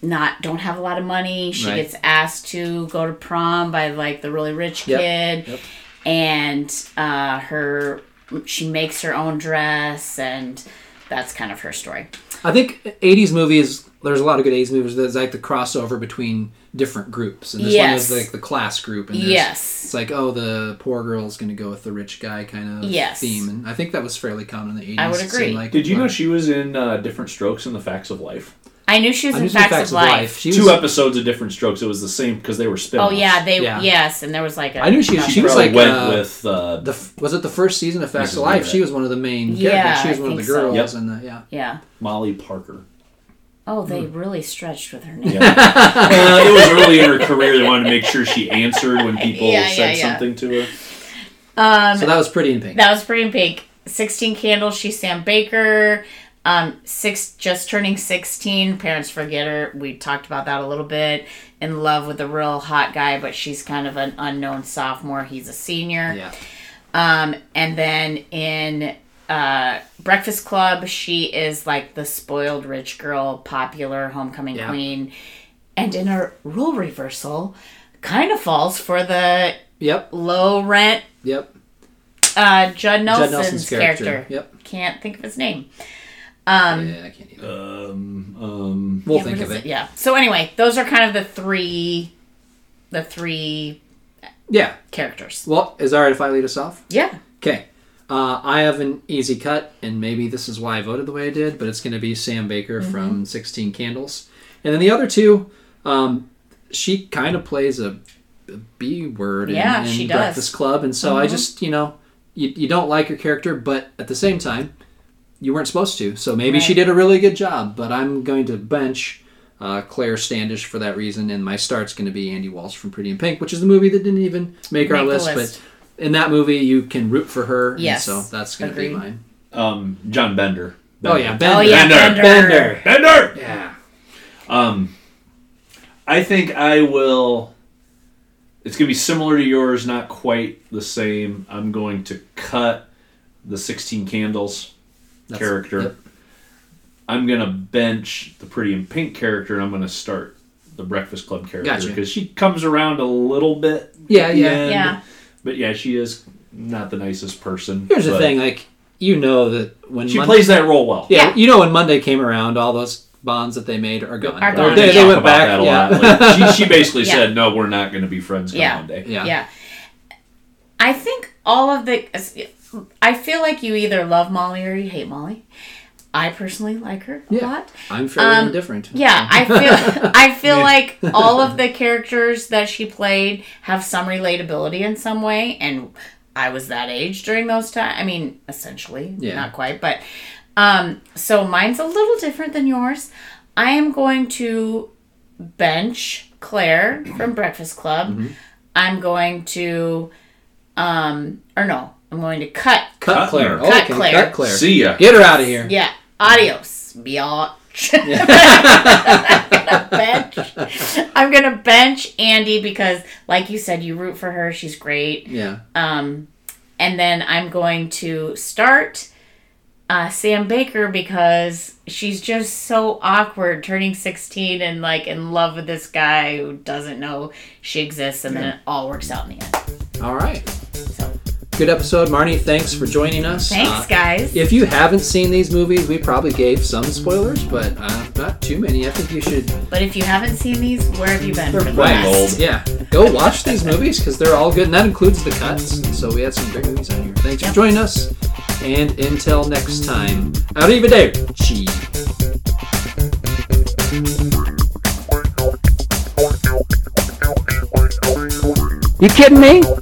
D: not don't have a lot of money. She
A: Right.
D: gets asked to go to prom by like the really rich
A: Yep.
D: kid, and uh, her she makes her own dress and. That's kind of her story.
A: I think '80s movies. There's a lot of good '80s movies. There's like the crossover between different groups, and this
D: Yes.
A: one was like the class group. And there's-
D: Yes.
A: It's like, oh, the poor girl's going to go with the rich guy kind of
D: Yes.
A: theme, and I think that was fairly common in the 80s.
D: I would
A: It seemed
D: agree.
A: Like,
C: Did you know
A: Wow.
C: she was in uh, Different Strokes and The Facts of Life?
D: I knew she was
A: I'm
D: in
A: using
D: Facts, of Life.
A: She
C: Two
A: was-
C: episodes of Different Strokes. It was the same because they were spin
D: Oh yeah, they
A: Yeah.
D: yes, and there was like a
A: I knew she was-
D: couple.
A: she was
C: probably
A: like,
C: went
A: uh,
C: with uh,
A: The f- was it the first season of Facts of
C: Mrs.
A: Life?
C: Leavitt.
A: She was one of the main
D: Yeah,
A: characters. She was
D: I
A: one of the
D: think so.
A: girls,
C: Yep.
A: and the, yeah.
D: yeah.
C: Molly Parker.
D: Oh, they really stretched with her name.
C: Yeah. Uh, it was early in her career. They wanted to make sure she answered when people
D: Yeah, yeah,
C: said
D: yeah.
C: something to her.
D: Um,
A: So that was pretty in pink.
D: that was pretty pink. Sixteen Candles. She's Sam Baker. Um, six just turning sixteen. Parents forget her. We talked about that a little bit. In love with a real hot guy, but she's kind of an unknown sophomore. He's a senior.
A: yeah.
D: Um, and then in uh, Breakfast Club, she is like the spoiled rich girl, popular homecoming
A: Yeah.
D: queen. And in a rule reversal, kind of falls for the
A: Yep.
D: low rent
A: Yep.
D: uh, Judd Nelson's,
A: Nelson's character.
D: character.
A: Yep.
D: Can't think of his name.
A: yeah, I can't either.
C: Um, um,
A: We'll
D: Yeah,
A: think
D: what
A: of
D: is
A: it.
D: Yeah. So anyway, those are kind of the three, the three
A: Yeah.
D: characters.
A: Well, is it all right if I lead us off?
D: Yeah.
A: Okay. Uh, I have an easy cut, and maybe this is why I voted the way I did, but it's going to be Sam Baker
D: Mm-hmm.
A: from 16 Candles. And then the other two, um, she kind of plays a, a B word in,
D: Yeah,
A: in
D: she does. Mm-hmm.
A: Breakfast Club. And so I just, you know, you, you don't like her character, but at the same time, you weren't supposed to. So maybe she
D: Right.
A: did a really good job, but I'm going to bench uh, Claire Standish for that reason, and my start's going to be Andy Walsh from Pretty in Pink, which is the movie that didn't even make, our
D: Make the
A: list,
D: list.
A: but in that movie you can root for her. and
D: Yes.
A: so that's going to be
D: Agreed.
A: mine.
C: um, John Bender.
A: Oh yeah, Bender.
D: Oh yeah,
C: Bender.
D: Bender.
A: Bender.
C: Bender.
A: Yeah.
C: Um, I think I will. It's gonna be similar to yours, not quite the same. I'm going to cut the 16 candles
A: That's-
C: character.
A: yep.
C: I'm gonna bench the pretty and pink character, and I'm gonna start the Breakfast Club character
A: Gotcha.
C: because she comes around a little bit.
A: Yeah,
C: at the
A: yeah.
C: end.
D: Yeah.
C: But yeah, she is not the nicest person.
A: Here's the
C: but
A: thing, like you know that when
C: She
A: Mon-
C: plays that role well.
A: yeah,
D: Yeah.
A: you know when Monday came around, all those bonds that they made are gone.
D: Are
A: Or
D: gone,
A: They,
D: yeah.
A: they
C: talk
A: went
C: about
A: back.
C: that a
A: yeah.
C: lot. Like, she, she basically
D: Yeah.
C: said, "No, we're not going to be friends come
D: Yeah.
C: Monday."
A: yeah.
D: Yeah. I think all of the. I feel like you either love Molly or you hate Molly. I personally like her a
A: Yeah.
D: lot.
A: I'm fairly
D: Um,
A: indifferent.
D: Yeah, I feel I feel like all of the characters that she played have some relatability in some way, and I was that age during those times. I mean, essentially,
A: Yeah.
D: not quite, but um, so mine's a little different than yours. I am going to bench Claire from Breakfast Club. I'm going to, um, or no, I'm going to cut.
A: Cut,
C: Cut
A: Claire.
C: Claire.
A: Okay,
D: Cut Claire.
A: Cut Claire.
C: See ya.
A: Get her out of here.
D: Yeah, adios, biatch. bench. I'm gonna bench Andy because, like you said, you root for her. She's great.
A: Yeah.
D: Um, and then I'm going to start uh, Sam Baker because she's just so awkward, turning 16 and like in love with this guy who doesn't know she exists, and then it all works out in the end.
A: All right.
D: So
A: Good episode, Marnie. Thanks for joining us.
D: thanks,
A: Uh,
D: guys.
A: If you haven't seen these movies, we probably gave some spoilers, but uh, not too many. I think you should.
D: But if you haven't seen these, where have you been for the
C: Right.
D: last?
C: Old.
A: Yeah, go watch these movies because they're all good, and that includes the cuts. So we had some great movies on here. Thanks for
D: Yep.
A: joining us, and until next time, arrivederci. You kidding me?